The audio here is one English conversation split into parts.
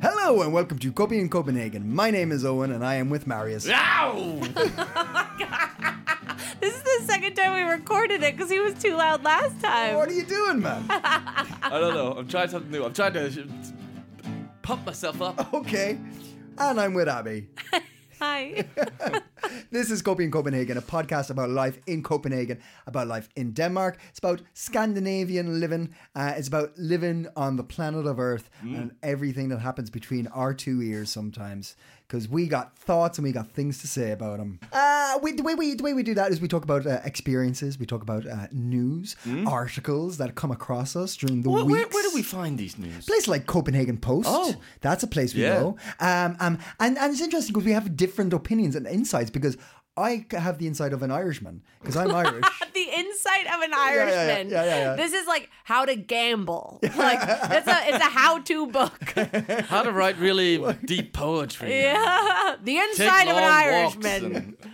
Hello and welcome to Copy in Copenhagen. My name is Owen and I am with Marius. This is the second time we recorded it because he was too loud last What time. are you doing, man? I don't know. I'm trying something new. I'm trying to sh- pump myself up. Okay. And I'm with Abby. Hi. This is Copy in Copenhagen, a podcast about life in Copenhagen, about life in Denmark. It's about Scandinavian living. Uh, it's about living on the planet of Earth Mm. and everything that happens between our two ears sometimes. Because we got thoughts and we got things to say about them. Uh, we, the way we the way we do that is we talk about uh, experiences, we talk about uh, news, articles that come across us during the Mm. Where, week. where, where do we find these news? place like Copenhagen Post. Oh. that's a place we Yeah. know. Um, um, and and it's interesting because we have different opinions and insights because I have the insight of an Irishman because I'm Irish. the insight of an yeah, yeah, Irishman. yeah, yeah, yeah. This is like how to gamble. Like that's a it's a how to book. How to write really deep poetry. Yeah. The Take inside of an long walks Irishman. and-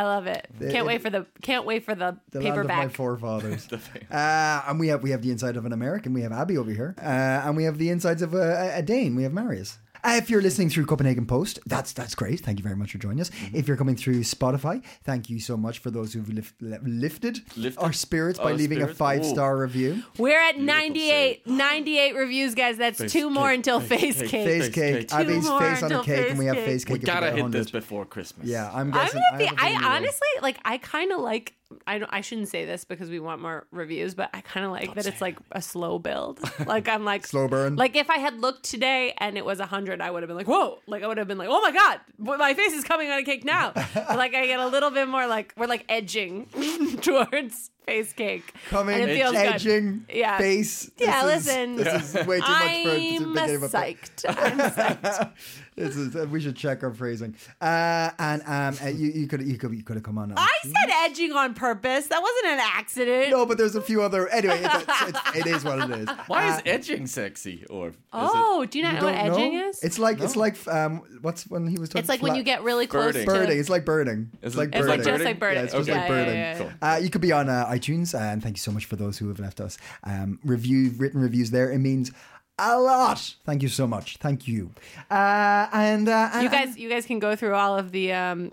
I love it. Can't wait for the can't wait for the, The land of my paperback. forefathers. uh, and we have we have the inside of an American. We have Abby over here, uh, and we have the insides of a, a Dane. We have Marius. Uh, If you're listening through Copenhagen Post, that's that's great. Thank you very much for joining us. Mm-hmm. If you're coming through Spotify, thank you so much for those who've lif- li- lifted, Lifted? our spirits by Oh, leaving a spirits. five star review. We're at 98, 98 reviews, guys. That's two more cake, until face face cake, cake. Face Face cake, cake. Two Abby's more face on a until cake, and we have face face cake. cake. We if gotta get hit this 100. before Christmas. Yeah, I'm I'm guessing. gonna be. have a feeling we I will. honestly like. I kind of like. I don't. I shouldn't say this because we want more reviews, but I kind of like that it's like a slow build. Like I'm like Slow burn. Like if I had looked today and it was hundred, I would have been like, whoa! Like I would have been like, oh my god, wh- my face is coming on a cake now. But, like I get a little bit more like we're like edging towards face cake. coming, and it feels good. edging, Yeah. face. Yeah, This is- listen. this is way too much for it to I'm begin with. psyched. I'm psyched. This is, we should check our phrasing. Uh, and um, uh, you, you could you could you could have come on. I said edging on purpose. That wasn't an accident. no, but there's a few other. Anyway, it's, it's, it's, it is what it is. Why is edging sexy? Or is Uh, Oh, do you not know what Don't know? edging is? It's like it's like um, what's when he was talking. It's like when fla- you get really close Birding. to birding. It's like birding. It's Is it- like It's birding. like just like Yeah, birding. it's just Okay. like Yeah, yeah, birding. yeah, yeah. Uh, you could be on uh, iTunes, uh, and thank you so much for those who have left us um, review written reviews. There, it means a lot. Thank you so much. Thank you. Uh, and uh, and- you guys you guys can go through all of the um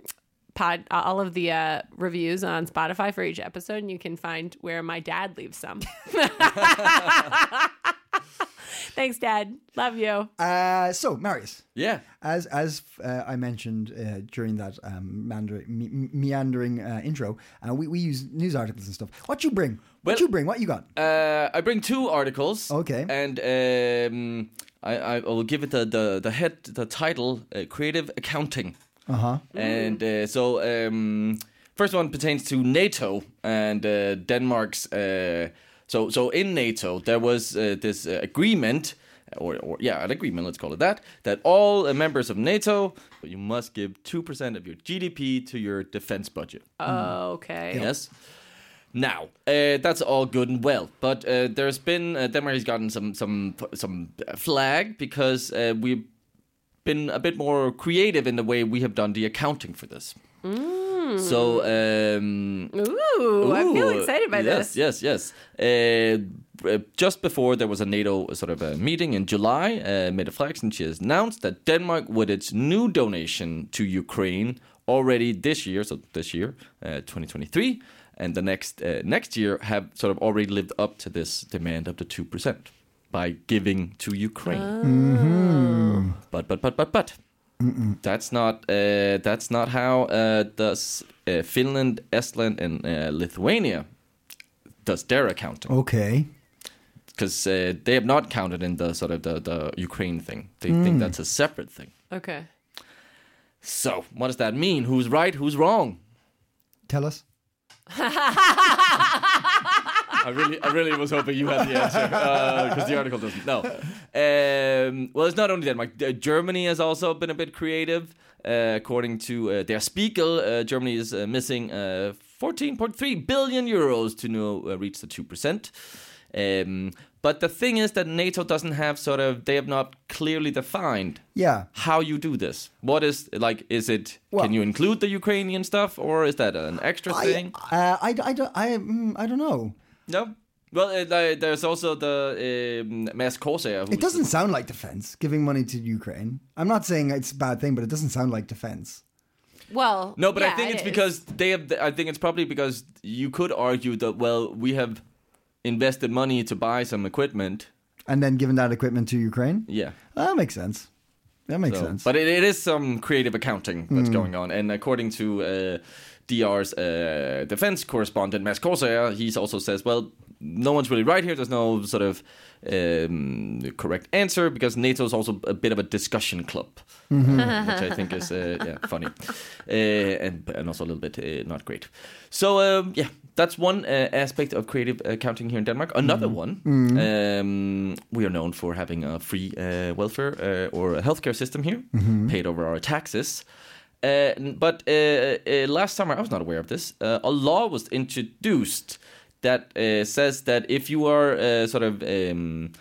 pod all of the uh reviews on spotify for each episode and you can find where my dad leaves some thanks dad love you uh, so Marius. yeah. As as uh, I mentioned uh, during that um, meander- me- meandering uh, intro, uh, we, we use news articles and stuff. What you bring? What Well- you bring? What you got? Uh, I bring two articles. Okay. And um, I, I will give it the the, the head the title uh, creative accounting. Uh-huh. And uh, so um, first one pertains to NATO and uh, Denmark's. Uh, so so in NATO there was uh, this uh, agreement. Or, or yeah, an agreement. Let's call it that. That all uh, members of NATO, you must give two percent of your GDP to your defense budget. okay Yes. Now, uh, that's all good and well, but uh, there's been uh, Denmark has gotten some some some flag because uh, we've been a bit more creative in the way we have done the accounting for this. So, um, ooh, i feel excited by yes, this Yes, yes, yes. Uh, uh, just before there was a NATO sort of a meeting in July, uh, Mette Frederiksen she has announced that Denmark, with its new donation to Ukraine already this year, so this year, uh, 2023, and the next uh, next year, have sort of already lived up to this demand of the two percent by giving to Ukraine. Oh. But but but but but. That's not uh, that's not how uh, does uh, Finland, Estland, and uh, Lithuania does their Oh. accounting Okay. because uh, they have not counted in the sort of the, the Ukraine thing. They think that's a separate thing. okay So what does that mean? Who's right? Who's wrong? Tell us. I really, I really was hoping you had the answer because the article doesn't. No. Um, well, it's not only Denmark. Uh, Germany has also been a bit creative. Uh, according to uh, Der Spiegel, uh, Germany is uh, missing uh, 14.3 billion euros to no, uh, reach the two percent. Um, but the thing is that NATO doesn't have sort of they have not clearly defined Yeah. how you do this. What is like? Is it Well- can you include the Ukrainian stuff or is that an extra I, thing? uh, I, I, don't, I, mm, I don't know. No. Well, uh, there- there's also the um, mass Corsair. It doesn't sound like defense, giving money to Ukraine. I'm not saying it's a bad thing, but it doesn't sound like defense. Well, No, but I yeah, think it's it is. because they have. I think it's probably because you could argue that well, we have invested money to buy some equipment. And then giving that equipment to Ukraine? Yeah. That makes sense. That makes So- sense. Hmm. But it, it is some creative accounting that's going on. And according to uh, DR's uh, defense correspondent, Max Corsair, he also says, well, no one's really right here. There's no sort of um, correct answer because NATO is also a bit of a discussion club, Mm-hmm. uh, which I think is uh, yeah, funny uh, and, and also a little bit uh, not great. So, um, yeah, that's one uh, aspect of creative accounting here in Denmark. Another one, um, we are known for having a free uh, welfare uh, or a healthcare system here, paid over our taxes. Uh, n- but uh, uh, last summer, I was not aware of this. Uh, a law was introduced that uh, says that if you are uh, sort of um,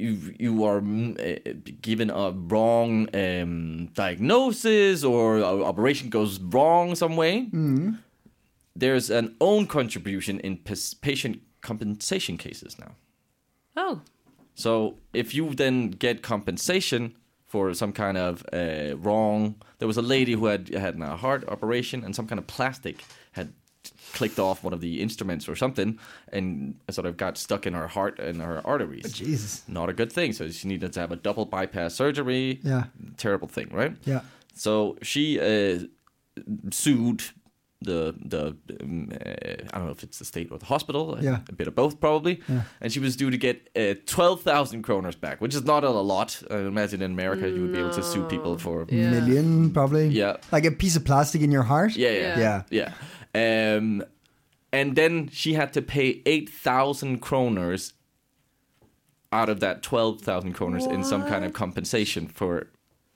you you are mm, uh, given a wrong um, diagnosis or a operation goes wrong some way, there's an own contribution in pas- patient compensation cases now. oh, So if you then get compensation for some kind of uh, wrong, there was a lady who had had a heart operation and some kind of plastic had clicked off one of the instruments or something and sort of got stuck in her heart and her arteries. Jesus. Not a good thing. So she needed to have a double bypass surgery. Yeah. Terrible thing, right? Yeah. So she uh, sued the the um, uh, I don't know if it's the state or the hospital, uh, Yeah. a bit of both probably, and she was due to get uh, twelve thousand kroners back, which is not a lot. I imagine in America you would be able to sue people for Million, probably. Yeah. Like a piece of plastic in your heart? yeah yeah Yeah. yeah. Um, and then she had to pay eight thousand kroners out of that twelve thousand kroners in some kind of compensation for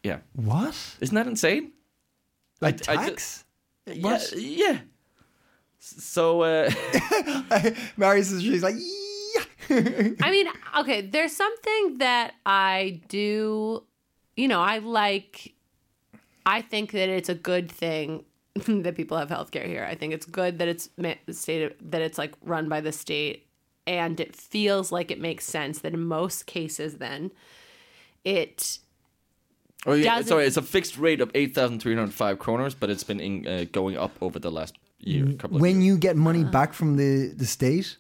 yeah. What? Isn't that insane? Like I ju- tax? Yeah, yeah. So uh, Mary says she's like, yeah. I mean, okay, there's something that I do, you know, I like, I think that it's a good thing that people have healthcare here. I think it's good that it's ma- state that it's like run by the state and it feels like it makes sense that in most cases then it oh, yeah, Doesn't- sorry, it's a fixed rate of eight thousand three hundred five kroners, but it's been in, uh, going up over the last year, couple of When years. you get money Uh-huh. back from the, the state,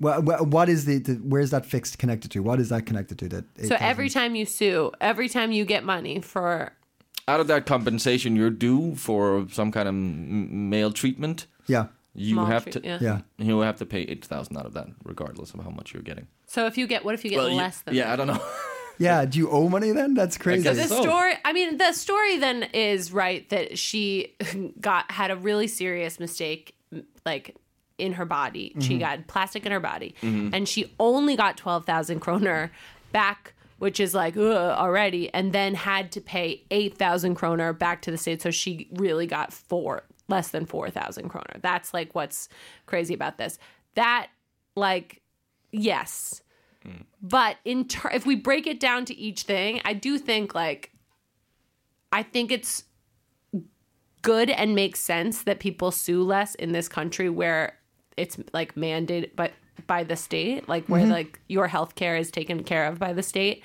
wha- wha- what is the, the, where's that fixed connected to? What is that connected to? That so every time you sue, every time you get money for out of that compensation you're due for some kind of m- male treatment, Yeah. you Male have treat- to yeah. Yeah. you have to pay eight thousand out of that, regardless of how much you're getting. So if you get what if you get you- less than yeah, that? I don't know. Yeah. Do you owe money then? That's crazy. So guess the so. story, I mean, the story then is right that she got had a really serious mistake, m- like in her body. She got plastic in her body, and she only got twelve thousand kroner back, which is like ugh, already, and then had to pay eight thousand kroner back to the state. So she really got four less than four thousand kroner. That's like what's crazy about this. That like yes. But in ter- if we break it down to each thing, I do think like I think it's good and makes sense that people sue less in this country where it's like mandated but by the state, like where like your health care is taken care of by the state.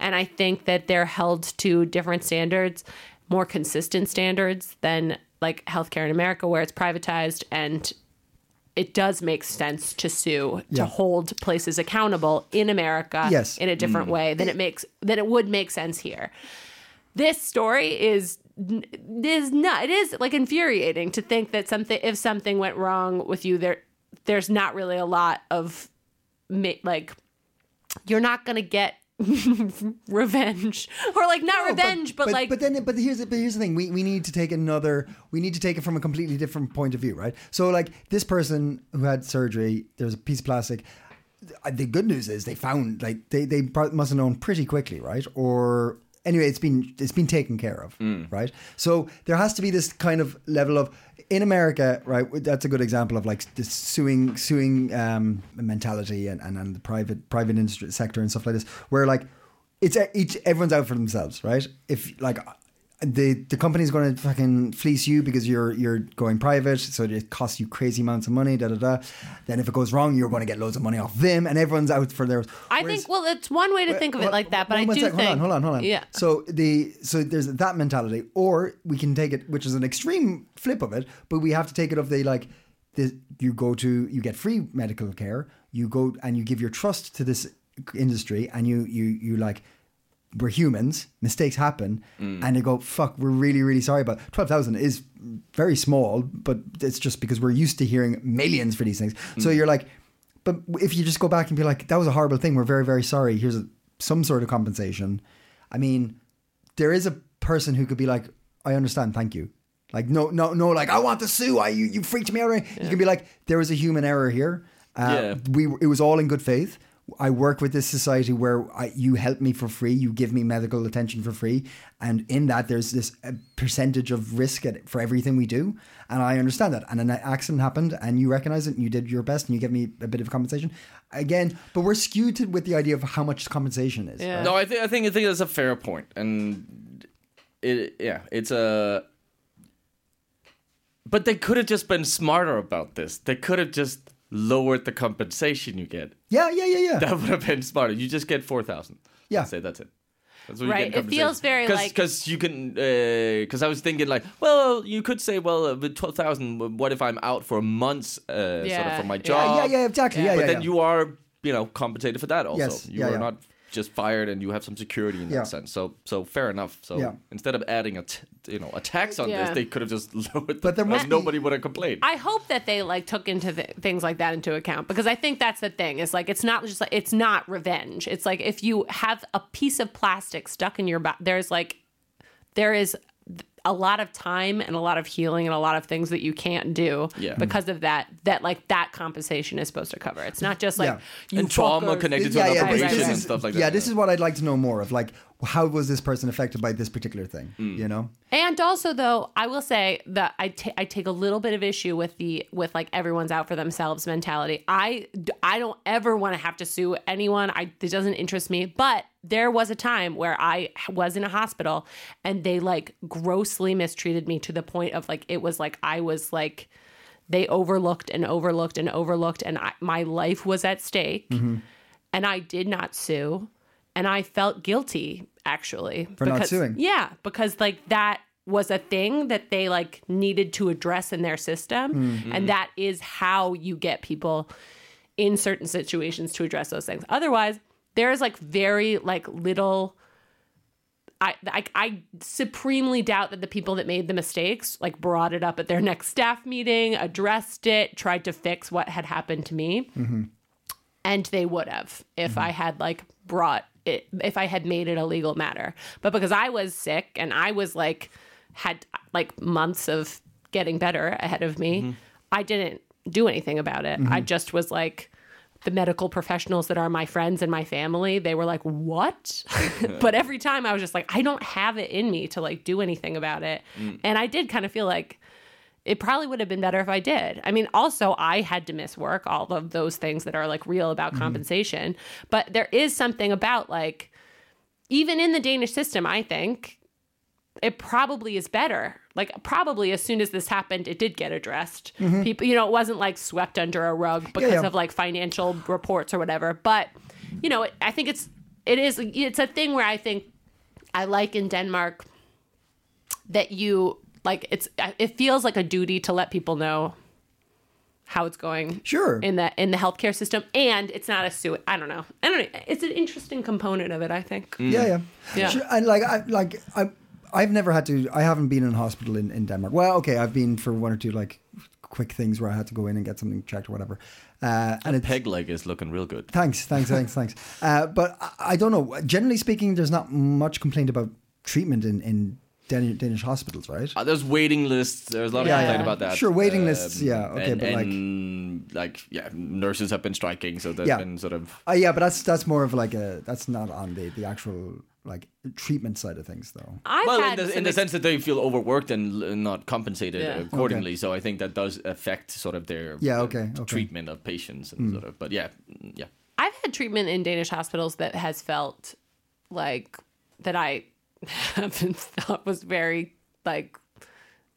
And I think that they're held to different standards, more consistent standards than like healthcare in America where it's privatized and it does make sense to sue to hold places accountable in America Yes. in a different way than it makes than it would make sense here. This story is n- is not it is like infuriating to think that something if something went wrong with you there there's not really a lot of ma- like you're not going to get revenge or like not No, revenge but, like but then but here's the, but here's the thing we, we need to take another we need to take it from a completely different point of view right so like this person who had surgery there was a piece of plastic Uh, the good news is they found like they they pro- must have known pretty quickly right or anyway it's been it's been taken care of right so there has to be this kind of level of in America, right? That's a good example of like this suing, suing um, mentality, and, and, and the private private industry sector and stuff like this, where like it's each everyone's out for themselves, right? If like the the company's going to fucking fleece you because you're you're going private, so it costs you crazy amounts of money, da da da. Then if it goes wrong, you're going to get loads of money off them, and everyone's out for theirs. i think well it's one way to think of it Hold- like that but one- i do one sec, think Hold on, hold on, hold on. yeah So the so there's that mentality, or we can take it, which is an extreme flip of it, but we have to take it of the like, the, you go to you get free medical care, you go and you give your trust to this industry, and you you you like. We're humans. Mistakes happen, and they go fuck. We're really, really sorry about twelve thousand. Is very small, but it's just because we're used to hearing millions for these things. So you're like, but if you just go back and be like, that was a horrible thing, we're very, very sorry, here's a, some sort of compensation. I mean, there is a person who could be like, I understand, thank you. Like, no, no, no, like, I want to sue, I, you, you freaked me out. You can be like, there was a human error here. Uh, Yeah. we It was all in good faith. I work with this society where I, you help me for free, you give me medical attention for free, and in that there's this uh, percentage of risk at, for everything we do, and I understand that. And an accident happened, and you recognize it, and you did your best, and you give me a bit of compensation. Again, but we're skewed to, with the idea of how much compensation is. No, I think I think I think that's a fair point, and it yeah, it's a. But they could have just been smarter about this. They could have just lowered the compensation you get. Yeah, yeah, yeah, yeah. That would have been smarter. You just get four thousand. Yeah. say that's it. That's what Right, You get in it feels very Cause, like- because you can because I was thinking like well you could say well uh, with twelve thousand what if I'm out for months uh, sort of Yeah, from my yeah. job yeah, yeah, exactly. Yeah, yeah, but yeah. then you are you know compensated for that also Yes, you yeah, are yeah. not just fired and you have some security in Yeah. that sense so so fair enough so Yeah. instead of adding a t- you know a tax on Yeah. this they could have just lowered But but there there must be- nobody would have complained I hope that they like took into th- things like that into account because I think that's the thing. It's like it's not just like it's not revenge. It's like if you have a piece of plastic stuck in your body, there's like there is a lot of time and a lot of healing and a lot of things that you can't do Yeah. because of that. That like that compensation is supposed to cover. It's not just like Yeah. you And trauma fuckers- connected to yeah, yeah, an this- operation this and is- stuff like that yeah, this is what I'd like to know more of. Like, how was this person affected by this particular thing? Hmm. You know? And also, though, I will say that I ta- I take a little bit of issue with the with like everyone's out for themselves mentality. I d- I don't ever want to have to sue anyone. I it doesn't interest me. But there was a time where I was in a hospital and they like grossly mistreated me to the point of like it was like I was like they overlooked and overlooked and overlooked and I, my life was at stake and I did not sue and I felt guilty actually For not suing. yeah, because like that was a thing that they like needed to address in their system Mm-hmm. and that is how you get people in certain situations to address those things. Otherwise, there's like very like little I, I I supremely doubt that the people that made the mistakes like brought it up at their next staff meeting, addressed it, tried to fix what had happened to me, and they would have if I had like brought it if I had made it a legal matter. But because I was sick and I was like had like months of getting better ahead of me, I didn't do anything about it. I just was like the medical professionals that are my friends and my family, they were like, "What?" but every time I was just like, "I don't have it in me to like do anything about it." And I did kind of feel like it probably would have been better if I did. I mean, also I had to miss work, all of those things that are like real Mm-hmm. about compensation, but there is something about like even in the Danish system, I think it probably is better. Like probably as soon as this happened, it did get addressed. People, you know, it wasn't like swept under a rug because Mm-hmm. yeah. of like financial reports or whatever. But you know, it, I think it's it is it's a thing where I think I like in Denmark that you like it's it feels like a duty to let people know how it's going Sure. in the in the healthcare system and it's not a suit i don't know i don't know it's an interesting component of it i think Mm. Yeah, yeah, Yeah. Sure, and like, I like, I, I've never had to. I haven't been in hospital in, in Denmark. Well, okay, I've been for one or two like quick things where I had to go in and get something checked or whatever. Uh, and it's Peg leg is looking real good. Thanks, thanks, thanks, thanks. Uh, but I, I don't know. Generally speaking, there's not much complaint about treatment in, in Dan- Danish hospitals, right? Uh, there's waiting lists. There's a lot Yeah, of complaint yeah. about that. Um, Sure, waiting lists, yeah, okay, and, but like- and, like, yeah, nurses have been striking, so there's Yeah. been sort of Uh, yeah, but that's that's more of like a that's not on the the actual like treatment side of things, though. I've well, in had the, in some the ex- sense that they feel overworked and l- not compensated Yeah. accordingly. So I think that does affect sort of their Yeah, uh, okay, Hmm. okay. treatment of patients and sort of. But yeah, mm, yeah. I've had treatment in Danish hospitals that has felt like that I haven't thought was very like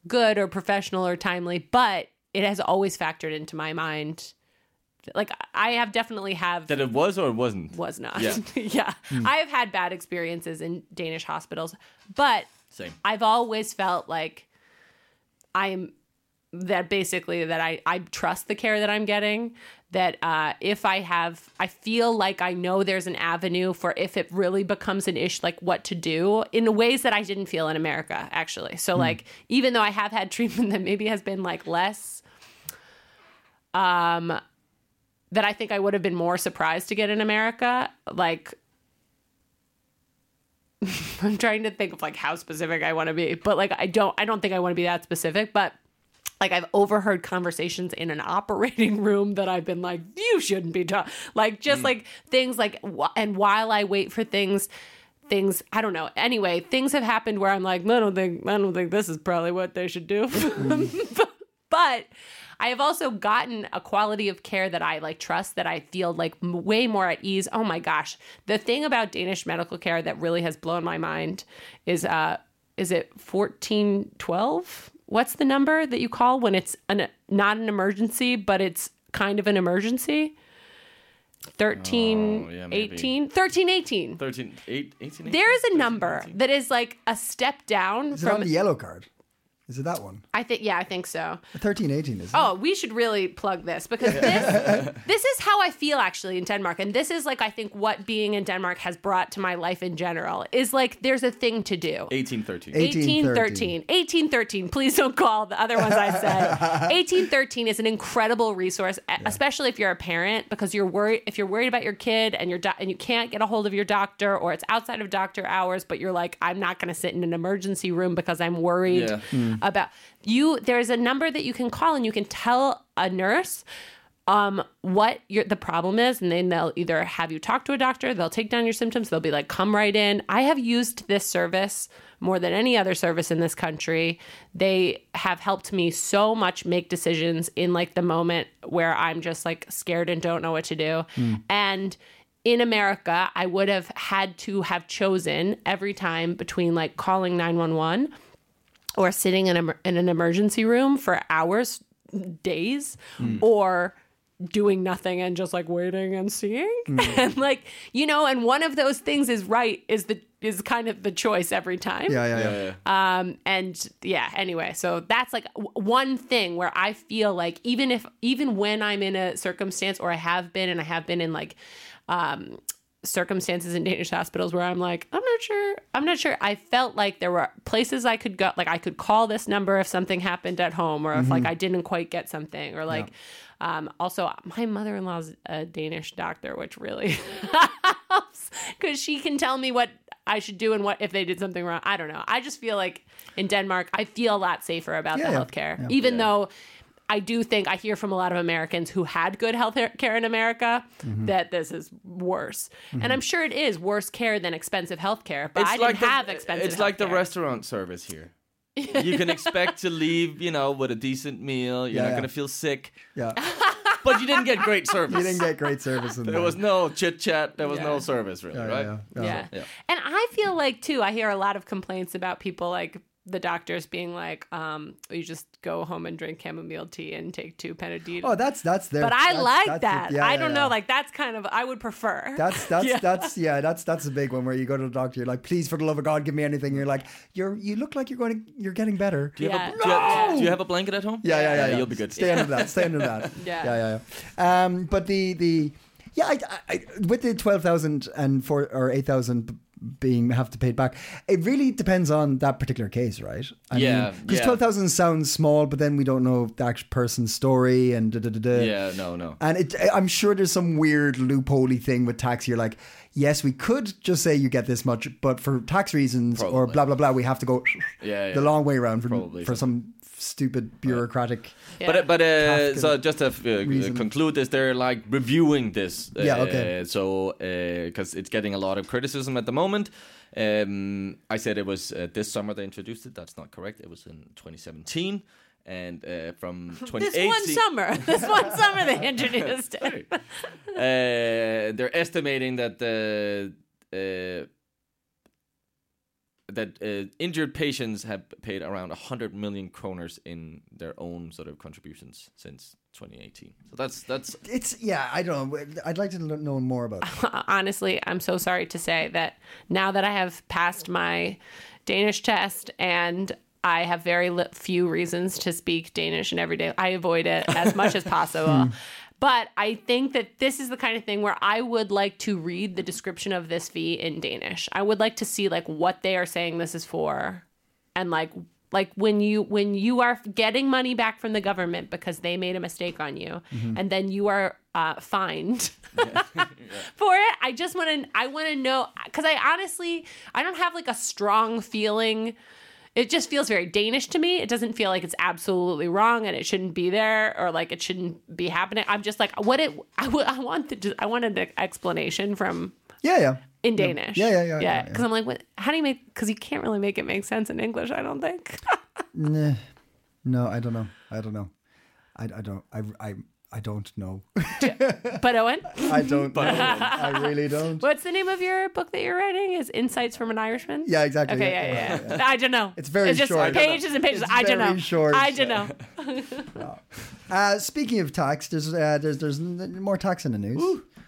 good or professional or timely, but it has always factored into my mind. Like I have definitely have That it was or it wasn't. was not. Yeah. Hmm. Yeah. I have had bad experiences in Danish hospitals, but Same. I've always felt like I'm that basically that I, I trust the care that I'm getting. That uh, if I have, I feel like I know there's an avenue for if it really becomes an issue, like what to do in ways that I didn't feel in America, actually. So, like, even though I have had treatment that maybe has been like less, um, that I think I would have been more surprised to get in America, like, I'm trying to think of like how specific I want to be, but like I don't I don't think I want to be that specific, but like I've overheard conversations in an operating room that I've been like you shouldn't be done. Like just like things like wh- and while I wait for things things I don't know. Anyway, things have happened where I'm like I don't think I don't think this is probably what they should do. but I have also gotten a quality of care that I like trust that I feel like m- way more at ease. Oh my gosh, the thing about Danish medical care that really has blown my mind is uh is it 1412? What's the number that you call when it's an not an emergency but it's kind of an emergency? 1318 Oh, yeah, maybe. 1318 13, 8, 18, there is a number that is like a step down Is it on from the yellow card? Is it that one? I think yeah, I think so. Thirteen eighteen is. Oh, we should really plug this because this this is how I feel actually in Denmark, and this is like I think what being in Denmark has brought to my life in general is like there's a thing to do. 18, 13. 1813. 1813. 1813. Please don't call the other ones I said. 1813 is an incredible resource, e- especially if you're a parent, because you're worried if you're worried about your kid and your do- and you can't get a hold of your doctor, or it's outside of doctor hours, but you're like, I'm not going to sit in an emergency room because I'm worried Yeah. about you. There is a number that you can call and you can tell a nurse um, what your, the problem is, and then they'll either have you talk to a doctor, they'll take down your symptoms, they'll be like, come right in. I have used this service more than any other service in this country. They have helped me so much make decisions in like the moment where I'm just like scared and don't know what to do. And in America, I would have had to have chosen every time between like calling 911 or sitting in, a, in an emergency room for hours, days, or doing nothing and just like waiting and seeing and like you know and one of those things is right is the is kind of the choice every time yeah, yeah, yeah. um and yeah anyway so that's like w- one thing where i feel like even if even when i'm in a circumstance or i have been and i have been in like um circumstances in danish hospitals where i'm like i'm not sure i'm not sure i felt like there were places i could go like i could call this number if something happened at home or if like i didn't quite get something or like um also my mother-in-law's a danish doctor which really helps because she can tell me what I should do and what if they did something wrong. I don't know. I just feel like in Denmark, I feel a lot safer about Yeah, the yeah. healthcare, Yeah. even though. I do think I hear from a lot of Americans who had good health care in America Mm-hmm. that this is worse. And I'm sure it is worse care than expensive health care, but I didn't have expensive It's like the healthcare. restaurant service here. you can expect to leave, you know, with a decent meal. You're Yeah, not yeah. going to feel sick, yeah. but you didn't get great service. You didn't get great service in there was no chit chat. There was Yeah. no service, really, yeah, right? yeah, yeah. Oh. Yeah. Yeah. And I feel like too, I hear a lot of complaints about people like the doctors being like, um, you just go home and drink chamomile tea and take two Panadol. Oh, that's that's their. but I that's- like that's the- that. yeah, I yeah, don't yeah. know. Like that's kind of I would prefer. That's that's Yeah. that's yeah that's that's a big one where you go to the doctor you're like please for the love of God give me anything you're like you're you look like you're going to you're getting better Do you, have a, Yeah. do, you have, do you have a blanket at home? yeah, yeah, yeah, yeah. You'll be good. Stay under that. Stay under that. Yeah. yeah, yeah. yeah. Um, but the the yeah, I, I, I, with the twelve thousand and four or eight thousand being have to pay it back. It really depends on that particular case, right? I Yeah, because yeah. twelve thousand sounds small, but then we don't know the actual person's story and da da da da. Yeah, no, no. And it, I'm sure there's some weird loopholey thing with tax. You're like, yes, we could just say you get this much, but for tax reasons or Probably. blah blah blah, we have to go Yeah, the yeah. long way around for Probably. for some stupid bureaucratic. But but uh, Kafka so just to uh, reason. conclude this, they're like reviewing this. Uh, Yeah, okay. So because it's getting a lot of criticism at the moment. Um, I said it was uh, this summer they introduced it. That's not correct. It was in 2017, and uh, from 2018. This one summer, this one summer they introduced it. uh, they're estimating that the uh, that uh, injured patients have paid around 100 million kroners in their own sort of contributions since 2018. So that's that's It's yeah, I don't know. I'd like to learn- know more about. It. Honestly, I'm so sorry to say that now that I have passed my Danish test and I have very li- few reasons to speak Danish in everyday. I avoid it as much as possible. But I think that this is the kind of thing where I would like to read the description of this fee in Danish. I would like to see like what they are saying this is for and like like when you when you are getting money back from the government because they made a mistake on you and then you are uh, fined for it i just want to i want to know because i honestly i don't have like a strong feeling it just feels very danish to me it doesn't feel like it's absolutely wrong and it shouldn't be there or like it shouldn't be happening i'm just like what it i, w- I want the just, i want an explanation from Yeah, yeah. in Danish. Yeah, yeah, yeah, yeah, Because I'm like, what, how do you make? Because you can't really make it make sense in English. I don't think. Nah. No, I don't know. I don't know. I, I don't. I, I, I don't know. but Owen, I don't. know. I really don't. what's the name of your book that you're writing? Is Insights from an Irishman? Yeah, exactly, Okay, yeah, yeah, yeah. yeah, I don't know. It's very it's just short. Pages and pages. It's I don't very know. short. I don't know. Uh, speaking of tax, there's uh, there's there's n- more tax in the news.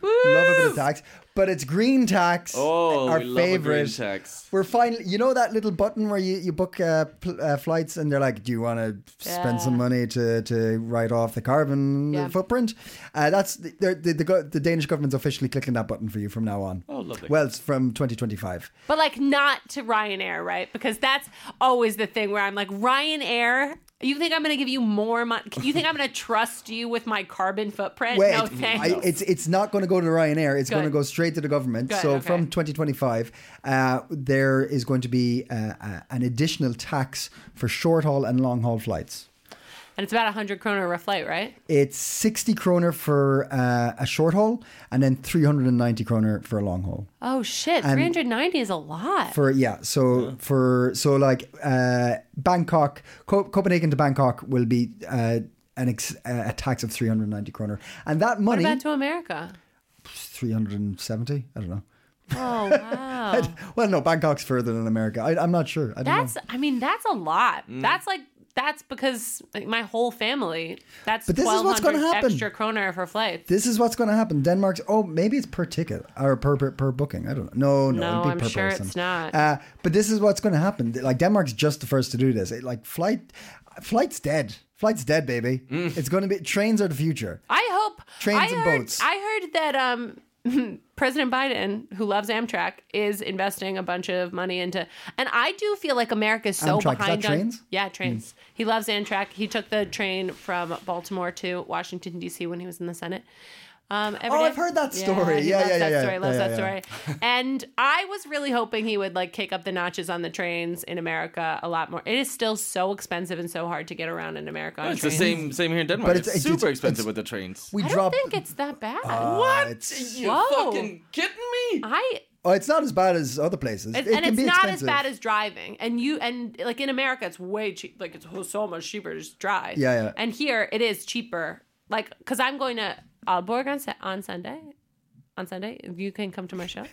Love a bit of tax, but it's green tax. Oh, our we love a green favorite tax. We're finally, you know that little button where you you book uh, pl- uh, flights and they're like, do you want to spend some Yeah. money to to write off the carbon Yeah. footprint? Uh, that's the, they're- the, the go- the Danish government's officially clicking that button for you from now on. Oh, lovely. Well, it's from 2025. But like not to Ryanair, right? Because that's always the thing where I'm like, Ryanair, you think I'm going to give you more money? You think I'm going to trust you with my carbon footprint? Wait, no it- thanks. I, it's it's not going to go to Ryanair. It's going to Good. go straight to the government. Good, so okay. from 2025, uh, there is going to be uh, uh, an additional tax for short haul and long haul flights. and it's about 100 kroner a flight, right? It's 60 kroner for uh, a short haul, and then 390 kroner for a long haul. Oh shit, 390 is a lot. For yeah, so for so like uh, Bangkok, Co- Copenhagen to Bangkok will be uh, an ex- uh, a tax of 390 kroner, and that what money about to America? 370. I don't know. Oh wow. Well, no, Bangkok's further than America. I, I'm not sure. I don't That's know. Mm. I mean that's a lot. That's like that's because like, my whole family. That's But this is what's gonna 1200 happen. extra kroner for flights. This is what's going to happen. Denmark's oh, maybe it's per ticket or per per, per booking. I don't know. No, no, No, it'd be I'm per sure person. it's not. Uh, but this is what's going to happen. Like Denmark's just the first to do this. It, like flight, flight's dead. Flight's dead, baby. It's going to be trains are the future. I hope Trains I and heard, boats. I heard that um, President Biden, who loves Amtrak, is investing a bunch of money into, and I do feel like America's Amtrak, so is that behind on trains? Hmm. yeah trains. He loves Amtrak. He took the train from Baltimore to Washington D.C. when he was in the Senate. Um, every Oh, day. I've heard that story. he Yeah, loves yeah, that yeah, story. yeah. Loves Yeah, that yeah, yeah. story. and I was really hoping he would like kick up the notches on the trains in America a lot more. It is still so expensive and so hard to get around in America. On it's the trains. same same here in Denmark. But it's, it's- it's- super it's- expensive it's- with the trains. We I don't dropped. think it's that bad. Uh, what? it's- you Whoa. fucking kidding me? I oh, it's not as bad as other places. It's, it and can it's be not expensive. as bad as driving. And you and like in America, it's way cheap. Like it's so much cheaper to just drive. Yeah, yeah. And here it is cheaper. Like because I'm going to Aalborg on, Sa- on Sunday. On Sunday, you can come to my show.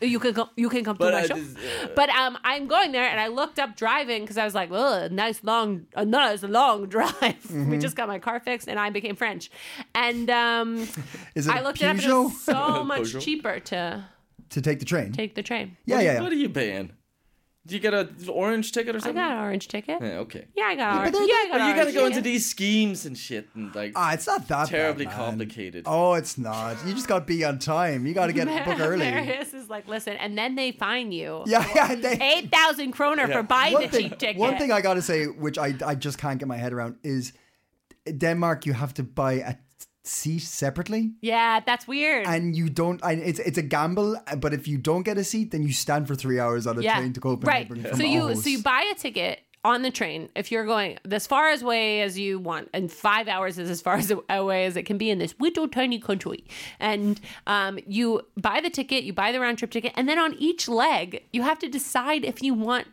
You can come. You can come But to my I show. just, uh, but um, I'm going there, and I looked up driving because I was like, "Oh, nice long, a nice long drive." Mm-hmm. we just got my car fixed, and I became French. And um, Is it I a looked it up, and it Peugeot? was so much Peugeot. cheaper to to take the train. take the train. yeah, yeah, What yeah. are you paying? Did you get an orange ticket or I something? got an orange ticket. Yeah, okay. Yeah, I got orange. but they- Yeah, I got But you orange gotta go ticket. into these schemes and shit and like Ah, it's not that bad, terribly man. complicated. Oh, it's not. You just got to be on time. You got to get a book early. Marius is like, listen, and then they fine you Yeah, yeah. They, eight thousand kroner for buying one, the thing, cheap ticket. one thing I got to say, which I, I just can't get my head around, is Denmark, you have to buy a seat separately. yeah, that's weird. And you don't, and it's it's a gamble. But if you don't get a seat, then you stand for three hours on a yeah, train to Copenhagen. right. from So you Aarhus. so you buy a ticket on the train if you're going as far as away as you want, and five hours is as far as away as it can be in this little tiny country. And um, you buy the ticket, you buy the round trip ticket, and then on each leg you have to decide if you want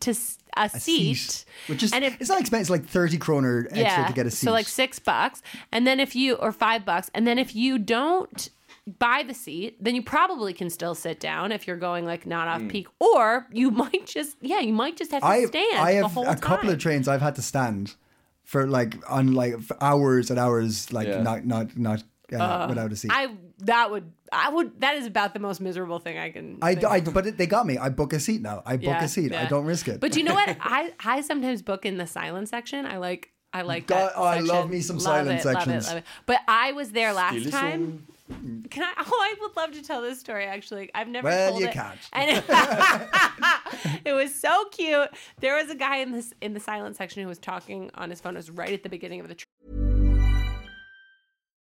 to s- a, seat, which is and if it's not expensive. It's like thirty kroner extra to get a seat. So like six bucks, and then if you or five bucks, and then if you don't buy the seat, then you probably can still sit down if you're going like not off peak, or you might just yeah, you might just have to Mm. I stand. I the have whole a couple time. of trains I've had to stand for like on like for hours and hours, like Yeah. not not not uh, without a seat. I that would I would that is about the most miserable thing I can. I, think I, but it, they got me. I book a seat now. I book Yeah, a seat. I yeah. don't risk it. But you know what? I I sometimes book in the silent section. I like I like God, that. oh, I love section. me some Love silent it, love it, sections. love it. But I was there last Still time. Can I? Oh, I would love to tell this story. Actually, I've never. Well, told you it. can't. And it was so cute. There was a guy in this in the silent section who was talking on his phone. It was right at the beginning of the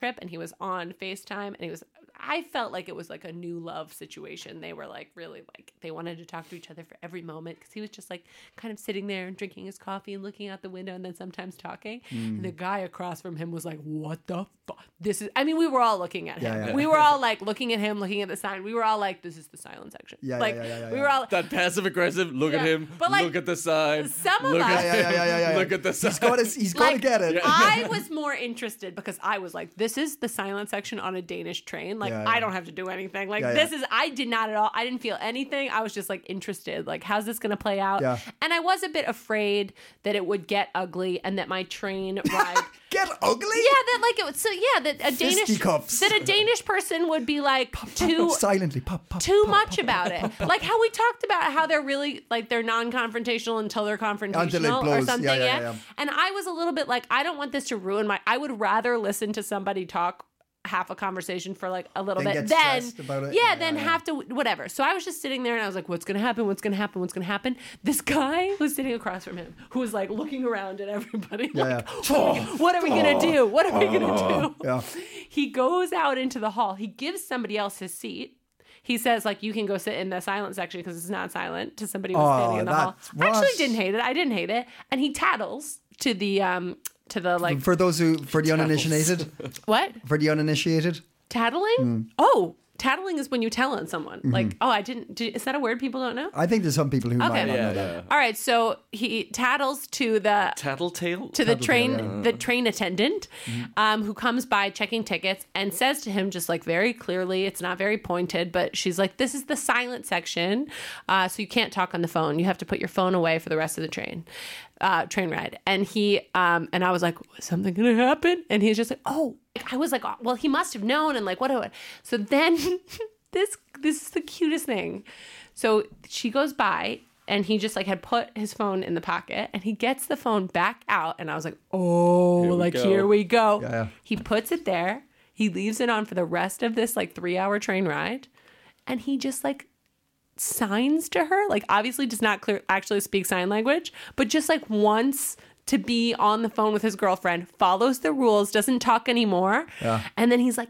trip and he was on FaceTime and he was I felt like it was like a new love situation. They were like really like they wanted to talk to each other for every moment because he was just like kind of sitting there and drinking his coffee and looking out the window and then sometimes talking. And the guy across from him was like, "What the fuck? This is." I mean, we were all looking at him. Yeah, yeah. We were all like looking at him, looking at the sign. We were all like, "This is the silent section." Yeah, yeah, like yeah, yeah, yeah, we were all. that passive aggressive. Look at Yeah, him. but, like, look at the sign. some of look us- at Yeah, him. yeah, yeah, yeah, yeah, yeah. Look at the sign. he's got to he's got to Like, get it. I was more interested because I was like, this is the silent section on a Danish train. Like, Yeah, yeah. I don't have to do anything. Like, Yeah, yeah. this is, I did not at all. I didn't feel anything. I was just like interested. Like, how's this going to play out? Yeah. And I was a bit afraid that it would get ugly and that my train ride. get ugly. Yeah, that like it was so. Yeah, that a Danish Fisticuffs. that a Danish person would be like too silently. Pop, pop, too pop, much pop, about it. Like how we talked about how they're really like they're non-confrontational until they're confrontational Until it or blows. something. Yeah, Yeah, yeah, yeah, yeah. And I was a little bit like, I don't want this to ruin my. I would rather listen to somebody talk half a conversation for like a little Then get bit then stressed about it. yeah, Yeah, then yeah, have to whatever so i was just sitting there and i was like what's gonna happen what's gonna happen what's gonna happen this guy who's sitting across from him who was like looking around at everybody like yeah. what are we- what are we gonna do what are we gonna do Yeah. he goes out into the hall. He gives somebody else his seat. He says, like, you can go sit in the silent section because it's not silent to somebody who was standing Oh, in the hall. that's I actually worse. didn't hate it. I didn't hate it. And he tattles to the um to the like For those who, for the uninitiated, what? for the uninitiated, Tattling? Hmm. Oh, tattling is when you tell on someone. Like, oh, I didn't did, is that a word people don't know? Mm-hmm. I think there's some people who might Okay. not know Yeah, that. All right, so he tattles to the Tattletale. to the train the train attendant um, who comes by checking tickets and says to him just like very clearly it's not very pointed but she's like this is the silent section uh, so you can't talk on the phone you have to put your phone away for the rest of the train uh, train ride and he um, and i was like is something gonna happen and he's just like oh i was like oh, well he must have known and like what, what? so then this this is the cutest thing so she goes by and he just like had put his phone in the pocket and he gets the phone back out and I was like, "Oh, like go. here we go." Yeah. He puts it there. He leaves it on for the rest of this like 3-hour train ride and he just like signs to her, like obviously does not clear actually speak sign language, but just like once to be on the phone with his girlfriend, follows the rules, doesn't talk anymore. And then he's like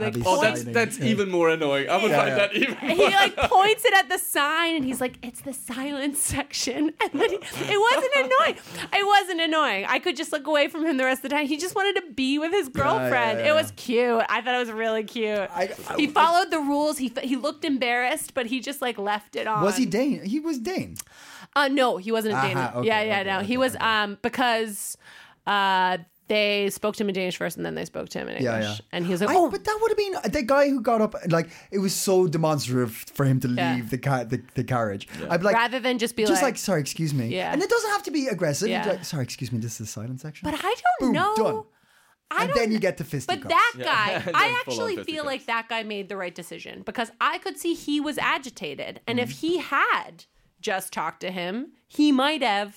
Like, Abby Oh, that's Signing. that's even more annoying. I would Yeah. find that even he more. like points it at the sign and he's like, "It's the silence section." And then he, it wasn't annoying. It wasn't annoying. I could just look away from him the rest of the time. He just wanted to be with his girlfriend. yeah, It was cute. I thought it was really cute. I- I- he followed the rules. He f- he looked embarrassed, but he just like left it on. Was he Dane? He was Dane. Uh, no, he wasn't a Aha, Dane. okay, yeah, yeah, okay, no, okay, he was um because uh they spoke to him in Danish first, and then they spoke to him in English, Yeah, yeah. and he was like, I- "Oh, but that would have been uh, the guy who got up. Like it was so demonstrative for him to leave Yeah. the, ca- the the carriage. I'd be like, rather than just be just like, like sorry, excuse me. Yeah. And it doesn't have to be aggressive. You'd be Yeah. like, sorry, excuse me. This is the silent section. But I don't Boom, know. Done. and I don't then you kn- get to fisticuffs. But that guy, Then full I on actually feel fisticuffs. like that guy made the right decision because I could see he was agitated, and Mm-hmm. if he had just talked to him, he might have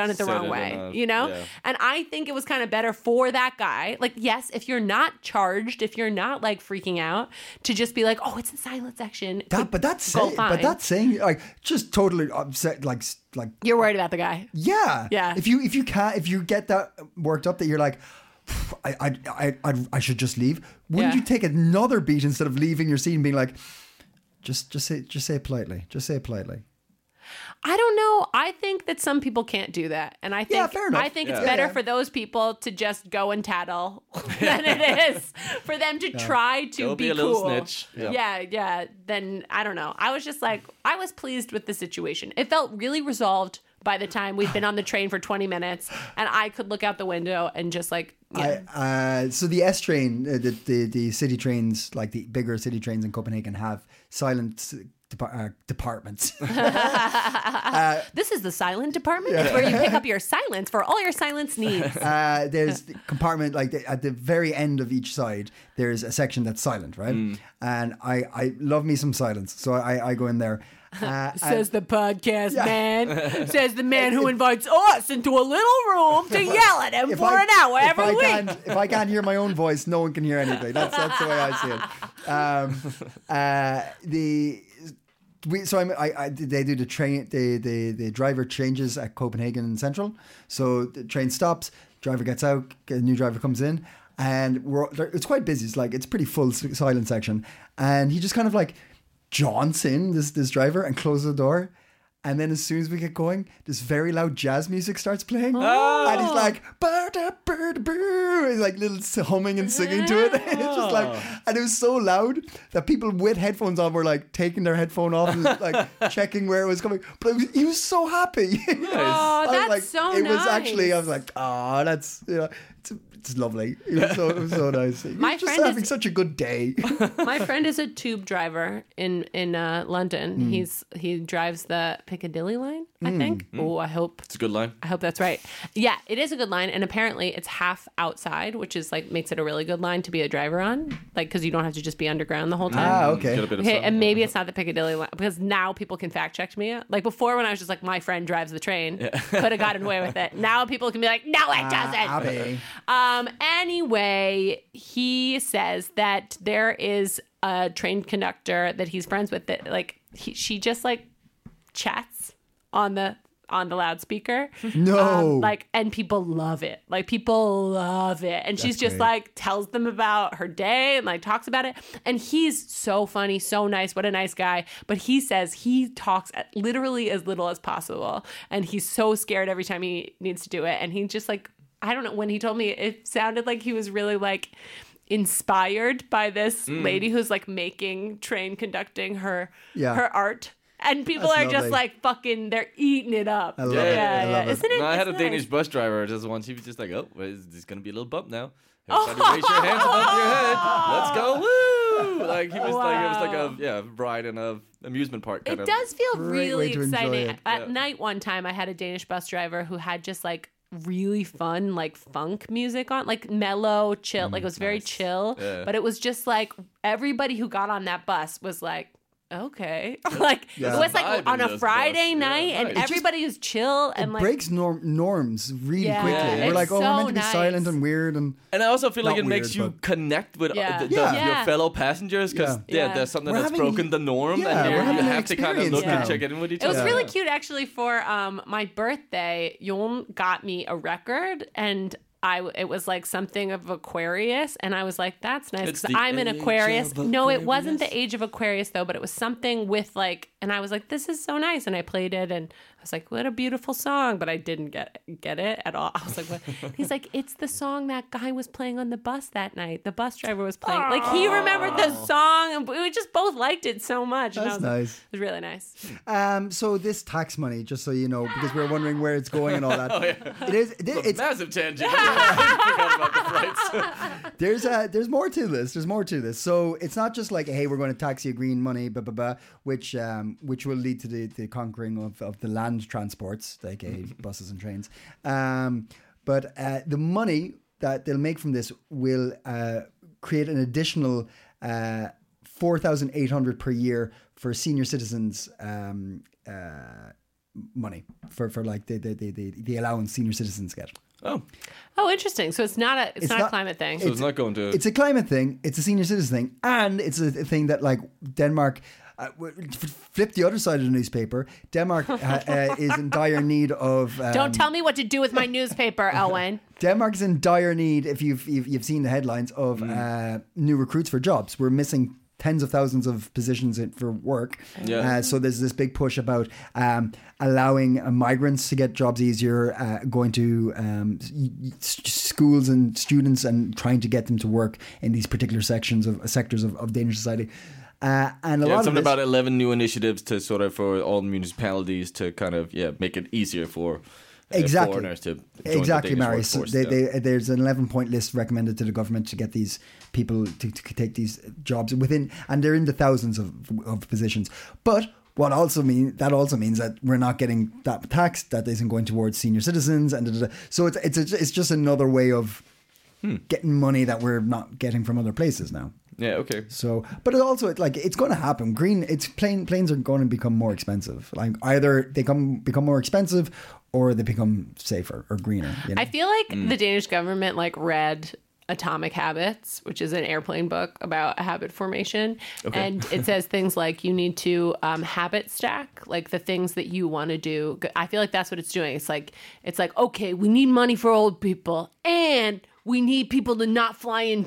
done it the Said it wrong in way, a- you know. yeah. And I think it was kind of better for that guy. Like, yes, if you're not charged, if you're not like freaking out, to just be like, oh, it's the silent section. It That, could but that's go saying, but fine. that's saying like just totally upset. Like s- like you're worried about the guy. yeah Yeah. If you if you can't if you get that worked up that you're like. "Pff, I I I I'd- I should just leave. Wouldn't Yeah. you take another beat instead of leaving your scene, being like, just just say just say it politely, just say it politely. I don't know. I think that some people can't do that, and I think Yeah, fair enough. I think Yeah. it's better Yeah, yeah. for those people to just go and tattle than it is for them to try to Go be, be a little cool. snitch. Yeah. Yeah. yeah, Then I don't know. I was just like, I was pleased with the situation. It felt really resolved by the time we'd been on the train for twenty minutes, and I could look out the window and just like, yeah, I, uh, so the S train, uh, the, the the city trains, like the bigger city trains in Copenhagen, have silent depar- uh, departments. this is the silent department. It's where you pick up your silence for all your silence needs. uh, there's the compartment like the, at the very end of each side. There's a section that's silent, right? And I I love me some silence, so I I go in there. Uh, Says the podcast man. Says the man who invites us into a little room to yell at him If for I- an hour if I every week. Can't, if I can't hear my own voice, no one can hear anything. That's that's the way I see it. Um, uh, the we, so I'm, I, I they do the train the, the the driver changes at Copenhagen Central. So the train stops, driver gets out, a new driver comes in, and we're it's quite busy. It's like it's pretty full s- silent section, and he just kind of like jaunts in this this driver and closes the door. And then as soon as we get going, this very loud jazz music starts playing. Oh. And he's like, "Ba da ba da boo," he's like little s- humming and singing to it. it's just like, Oh. and it was so loud that people with headphones on were like taking their headphone off and like checking where it was coming. But it was, he was so happy. Oh, I was that's like, so It was actually, I nice. was like, ah, that's, you know, it's, it's lovely. It was so, it was so nice. He was My just friend is- having such a good day. My friend is a tube driver in in uh, London. Mm. He's he drives the Piccadilly line, I think. Mm. Oh, I hope It's a good line. I hope that's right. Yeah, it is a good line, and apparently it's half outside, which is like makes it a really good line to be a driver on, like because you don't have to just be underground the whole time. ah, Get a okay. bit of Okay, sun. and maybe it's not the Piccadilly line because now people can fact check me. Like before, when I was just like, my friend drives the train, could have gotten away with it. Now people can be like, no, it doesn't. Abby. Um. Anyway, he says that there is a train conductor that he's friends with that like he, she just like chats on the on the loudspeaker. Um, No. like and people love it. Like people love it. And she's just great. like tells them about her day and like talks about it. And he's so funny, so nice. What a nice guy. But he says he talks at literally as little as possible. And he's so scared every time he needs to do it. And he just like I don't know when he told me it sounded like he was really like inspired by this Mm. lady who's like making train conducting her Yeah. her art. And people That's are lovely. just like fucking, they're eating it up. I love yeah, it. Yeah, I yeah. love it. Isn't it? No, I had a it's nice. Danish bus driver just once. He was just like, "Oh, well, there's there's gonna be a little bump now. Everybody raise your hands above your head. Let's go, woo!" Like he was like it was like a yeah ride in a amusement park. Kind It of. does feel Great way really to enjoy exciting. it. At Yeah. night, one time, I had a Danish bus driver who had just like really fun, like funk music on, like mellow, chill. Mm, like it was very chill, but it was just like everybody who got on that bus was like, okay. like Yeah. it was like Vibe in on this a Friday bus. Yeah, night, and nice. It everybody was chill and like. breaks norm- norms really Yeah, quickly. We're it's like, oh, we're so meant to be nice. silent and weird, and And I also feel like it Not makes you weird, but- connect with uh, Yeah. the- the- Yeah. Yeah. your fellow passengers because Yeah. yeah. Yeah. there's something We're that's having- broken the norm, yeah, and we're you, having you an have to kind of experience look now. and check in with each It other. was really cute actually for um, my birthday. Yon got me a record and I w- it was like something of Aquarius, and I was like, "That's nice." It's 'cause the I'm an age Aquarius. of No, it wasn't Aquarius. the age of Aquarius though, but it was something with like, and I was like, "This is so nice," and I played it, and I was like, "What a beautiful song," but I didn't get get it at all. I was like, "What?" He's like, "It's the song that guy was playing on the bus that night. The bus driver was playing. Like he remembered the song, and we just both liked it so much." and I That's was like, nice. it was really nice. Um, so this tax money, just so you know, because we're wondering where it's going and all that. It is. It, it's Massive tangent. I forgot about the flights. there's a there's more to this. There's more to this. So it's not just like hey, we're going to tax you green money, blah blah blah, which um, which will lead to the, the conquering of, of the land transports, aka buses and trains. Um, but uh, the money that they'll make from this will uh, create an additional uh, four thousand eight hundred per year for senior citizens. Um, uh, money for, for like the, the, the, the the allowance senior citizens get Oh, Oh, interesting. So it's not a it's, not, not- a climate thing. so it's not going to. it's a climate thing. It's a senior citizen thing, and it's a thing that like Denmark. Uh, w- f- flip the other side of the newspaper. Denmark uh, uh, is in dire need of. Um, Don't tell me what to do with my newspaper, Owen. Denmark is in dire need. If you've you've, you've seen the headlines of Mm. uh, new recruits for jobs, we're missing tens of thousands of positions in, for work. Yeah. Uh, so there's this big push about um, allowing uh, migrants to get jobs easier, uh, going to um, s- s- schools and students and trying to get them to work in these particular sections of sectors of, of Danish society. Uh, and a Yeah, lot of something this, about 11 new initiatives to sort of for all municipalities to kind of yeah make it easier for uh, Exactly. foreigners to join exactly, the Danish Mary. So workforce, they, yeah. they, there's an 11 point list recommended to the government to get these people to, to take these jobs within, and they're in the thousands of, of positions. But what also mean that also means that we're not getting that tax that isn't going towards senior citizens, and da, da, da. so it's it's a, it's just another way of Hmm. getting money that we're not getting from other places now. yeah okay So, but it also it's like it's going to happen. Green, it's plane planes are going to become more expensive. Like either they come become more expensive, or they become safer or greener. You know? I feel like the Danish government like read Atomic Habits, which is an airplane book about habit formation, and it says things like you need to um, habit stack, like the things that you want to do. I feel like that's what it's doing. It's like it's like okay, we need money for old people, and we need people to not fly in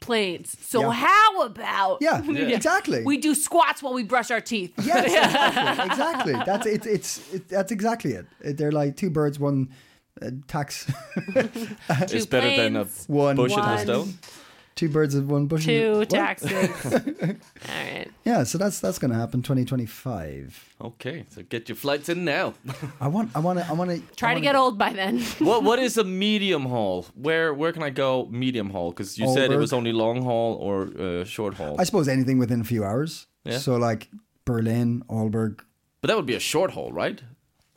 planes. So Yeah. how about yeah, exactly. we do squats while we brush our teeth? yes, exactly, exactly. That's it's it's it, that's exactly it. It- They're like two birds, one uh, tax. Two it's better than a planes, One- bush and a one- stone two birds with one bush. two What? taxes. All right. Yeah, so that's that's going to happen 2025. okay so get your flights in now I want I want to I want to Try to get old by then. what what is a medium haul where where can I go medium haul because you said it Aalborg. was only long haul or uh, short haul I suppose anything within a few hours. Yeah. So like Berlin, Alberg, but that would be a short haul right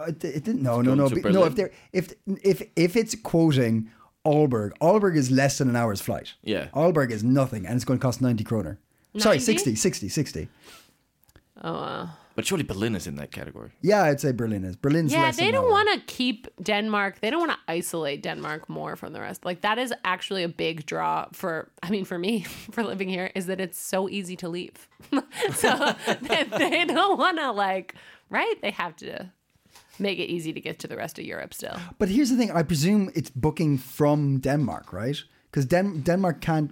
Uh, It, it didn't. No, no, going no, to be- no. Berlin. If they're if if if it's quoting Alberg, Alberg is less than an hour's flight. Yeah. Alberg is nothing, and it's going to cost ninety kroner. Sorry, 60, 90? 60, 60. but surely Berlin is in that category Yeah, I'd say Berlin is. Berlin's yeah, less they than don't want to keep Denmark. They don't want to isolate Denmark more from the rest. Like that is actually a big draw for. I mean, for me, for living here, is that it's so easy to leave. so they, they don't want to like. Right? They have to make it easy to get to the rest of Europe. Still, But here's the thing: I presume it's booking from Denmark, right? Because Den- Denmark can't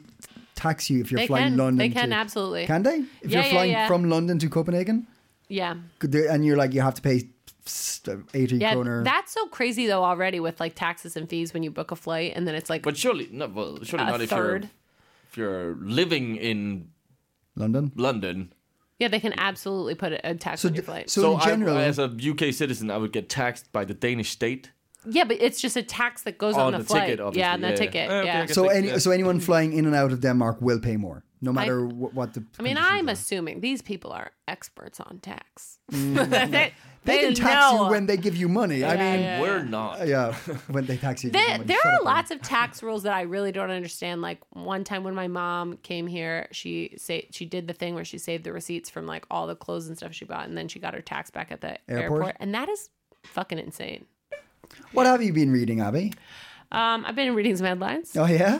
tax you if you're They flying can. London. They can, to- absolutely. Can they? If Yeah, you're yeah, flying yeah. from London to Copenhagen, yeah. could they- and you're like you have to pay eighty Yeah, kroner. that's so crazy though already with like taxes and fees when you book a flight and then it's like but surely no well, surely A not if third. you're if you're living in London. London yeah they can absolutely put a a tax on your flight. so, So in general, I, as a UK citizen, I would get taxed by the Danish state. yeah, but it's just a tax that goes Oh, on, On the, the ticket, flight. obviously. yeah, on the Yeah, yeah. ticket. Uh, okay, yeah. I guess So Like, any yeah. so anyone flying in and out of Denmark will pay more, no matter wh- what, the. I mean, conditions I'm are. assuming these people are experts on tax. they, Mm. They can tax you when they give you money. I mean, Uh, yeah, We're not. yeah, when they tax you. give you There, money. there Shut are up, man. lots of tax rules that I really don't understand. Like one time when my mom came here, she say she did the thing where she saved the receipts from like all the clothes and stuff she bought, and then she got her tax back at the Airport? airport, and that is fucking insane. What have you been reading, Abby? Um, I've been reading some headlines. Oh yeah,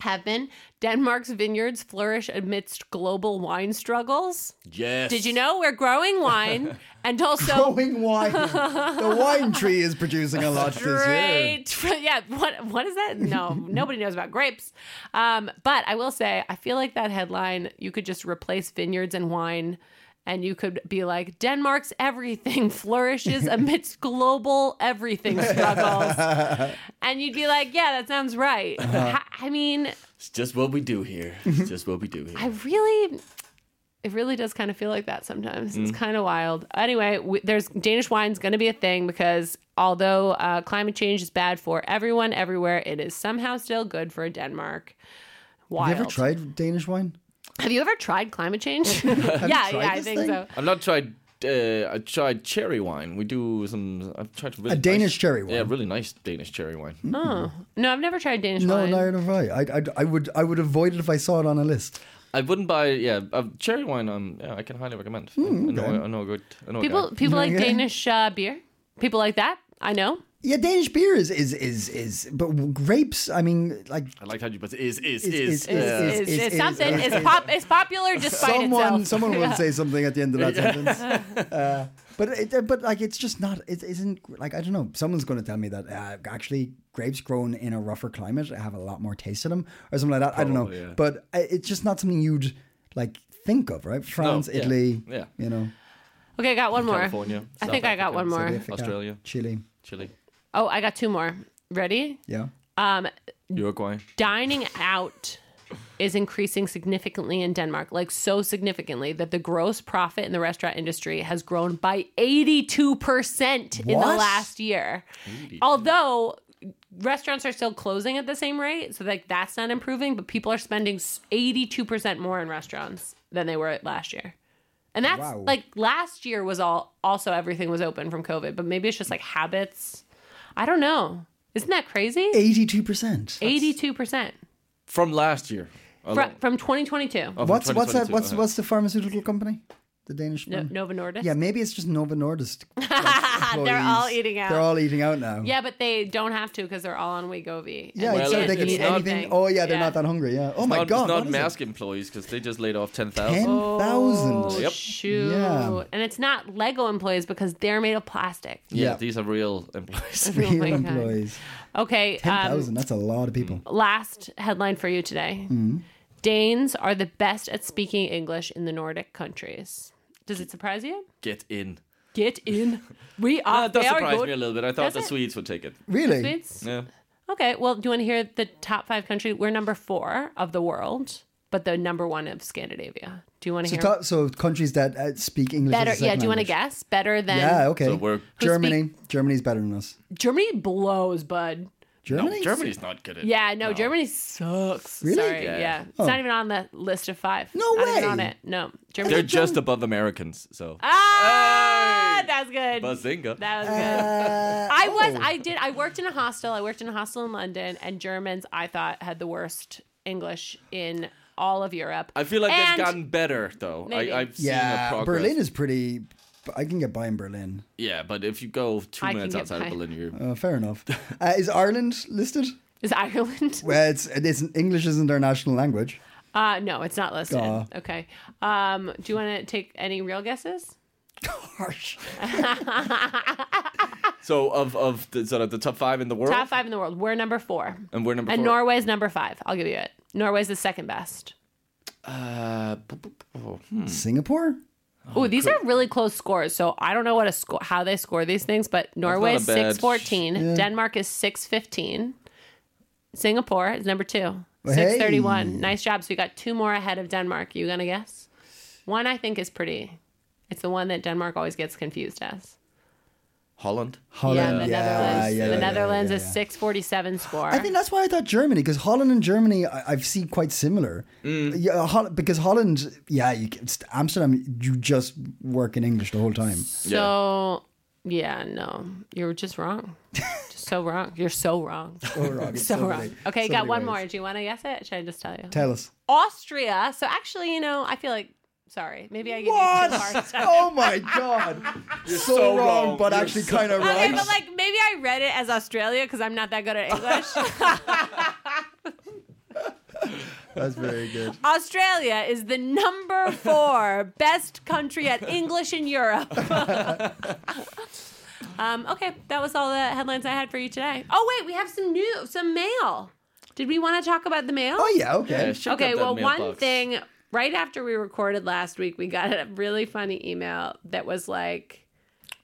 have been Denmark's vineyards flourish amidst global wine struggles. Yes. Did you know we're growing wine and also Growing wine. the wine tree is producing a lot this year. great? yeah. What what is that? No, nobody knows about grapes. Um, but I will say, I feel like that headline. You could just replace vineyards and wine. And you could be like, Denmark's everything flourishes amidst global everything struggles. and you'd be like, yeah, that sounds right. Uh-huh. Ha- I mean, It's just what we do here. It's just what we do here. I really, it really does kind of feel like that sometimes. It's kind of wild. Anyway, we, there's Danish wine's going to be a thing because although uh, climate change is bad for everyone everywhere, it is somehow still good for Denmark. Wild. Have you ever tried Danish wine? Have you ever tried climate change? yeah, yeah, tried I this think thing? so. I've not tried. Uh, I tried cherry wine. We do some. I've tried A really Danish nice- cherry wine? Yeah, really nice Danish cherry wine. Oh. No, I've never tried Danish No, wine. neither have I. I, I. I would I would avoid it if I saw it on a list. I wouldn't buy. Yeah, uh, cherry wine. Um, yeah, I can highly recommend. Hmm. I, know, I know a good. I know a People, guy. people like yeah. Danish uh, beer. People like that. I know. Yeah, Danish beer is is is is, but grapes. I mean, like I like how you put it. Is Is- is is. is- yeah. is- It's, is- it's is- something. is- it's, pop, it's popular despite someone itself. someone will Yeah. say something at the end of that sentence. Uh, but it, but like it's just not. It isn't like I don't know. Someone's going to tell me that uh, actually grapes grown in a rougher climate have a lot more taste in them or something like that. I don't know. Probably, yeah. But I, it's just not something you'd like think of, right? France, yeah, Italy, yeah. you know, Okay, I got one more. California, I South think I got Africa, one more. South Africa, Australia. Chile. Chile, Oh, I got two more. Ready? Yeah. Um, Uruguay. dining out is increasing significantly in Denmark, like so significantly that the gross profit in the restaurant industry has grown by 82% in the What? last year. Although restaurants are still closing at the same rate, so like that's not improving, but people are spending s- 82% more in restaurants than they were last year. And that's Wow. like last year was all also everything was open from COVID, but maybe it's just like habits. I don't know. Isn't that crazy? Eighty-two percent. 82% From last year. from, from 2022. Oh, from What's what's that? 2022, What's okay. what's the pharmaceutical company? The Danish No, one. Nova Nordisk. Yeah, maybe it's just Nova Nordisk. like, They're all employees. eating out. They're all eating out now. yeah, but they don't have to because they're all on Wegovy. Yeah, Well, so they it's can eat not- anything. Oh yeah, they're not that hungry. Yeah. Oh my Uh-huh. not, god. it's not what is it? mask employees because they just laid off ten Ten thousand. Oh, thousand. Yep. shoot. Yeah. And it's not Lego employees because they're made of plastic. Yeah, Yeah. these are real employees. Oh my Real God. employees. Okay. Ten um, thousand. That's a lot of people. last headline for you today Mm-hmm. Danes are the best at speaking English in the Nordic countries. Does it surprise you? Get in. Get in. We Ah, are That does very surprise good. me a little bit. I thought Does the it? Swedes would take it. Really? Swedes? Yeah. Okay, well, do you want to hear the top five country? We're number four of the world, but the number one of Scandinavia. Do you want to So, hear top, so countries that uh, speak English. as a better? Yeah, second do you want to language. guess better than Yeah. Okay. So we're- Who Germany. Germany's better than us. Germany? Blows, bud. Germany. No, Germany's not good at. Yeah, no, Germany sucks. Really? Sorry, yeah, Yeah. it's not even on the list of five. No Not even way. on it. No, Germany. They're just above Americans. So. ah, Hey! that's good. Bazinga. That was good. I was, I did, I worked in a hostel. I worked in a hostel in London, and Germans, I thought, had the worst English in all of Europe. I feel like And- they've gotten better though. Maybe. I, I've seen a Yeah. progress. Berlin is pretty. I can get by in Berlin. Yeah, but if you go two I can minutes get outside by. of Berlin, you're Uh, fair enough. Uh, is Ireland listed? Is Ireland? Well, it's, it's English isn't their national language. Uh, no, it's not listed. Aw. Okay. Um, do you want to take any real guesses? Harsh. so of of the sort of the top five in the world. Top five in the world. We're number four. And we're number And four. Norway's number five. I'll give you it. Norway's the second best. Uh, b- b- oh, hmm. Singapore. Oh, these are really close scores. So I don't know what a score, how they score these things, but Norway's a bad- six fourteen. Denmark is six fifteen. Singapore is number two. Hey. Six thirty one. Nice job. So you got two more ahead of Denmark. You gonna guess? One I think is pretty. It's the one that Denmark always gets confused as. Holland. Holland. Oh, Yeah, the Netherlands. the Netherlands is 647 score. I think that's why I thought Germany, because Holland and Germany I, I've seen quite similar. Mm. Yeah, Hol- because Holland, yeah, you, can- it's Amsterdam, you just work in English the whole time. so. Yeah. no, you're just wrong. just so wrong. You're so wrong. So wrong. It's So so wrong. many- Okay, so got many one ways. more. Do you want to guess it? Should I just tell you? Tell us. Austria. So actually, you know, I feel like sorry. Maybe I give you too hard. What? stuff. oh my god! You're so, so wrong, wrong. but You're actually so- kind of Okay, right. but like maybe I read it as Australia because I'm not that good at English. That's very good. Australia is the number four best country at English in Europe. um, okay, that was all the headlines I had for you today. Oh wait, we have some new some mail. Did we want to talk about the mail? Oh yeah, okay. Yeah, check out Okay, that well, one mailbox. thing right after we recorded last week, we got a really funny email that was like,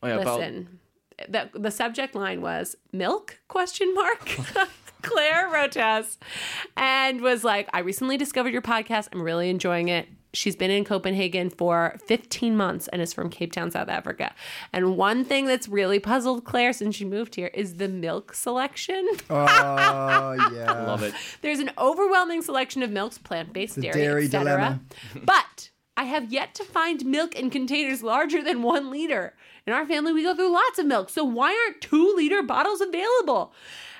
Oh, yeah, about- "Listen, the, the subject line was milk question mark." Claire wrote to us and was like, "I recently discovered your podcast. I'm really enjoying it." She's been in Copenhagen for 15 months and is from Cape Town, South Africa. And one thing that's really puzzled Claire since she moved here is the milk selection. Oh yeah. love it. There's an overwhelming selection of milks, plant-based dairy, dairy etc. but I have yet to find milk in containers larger than one liter. In our family, we go through lots of milk, so why aren't two-liter bottles available?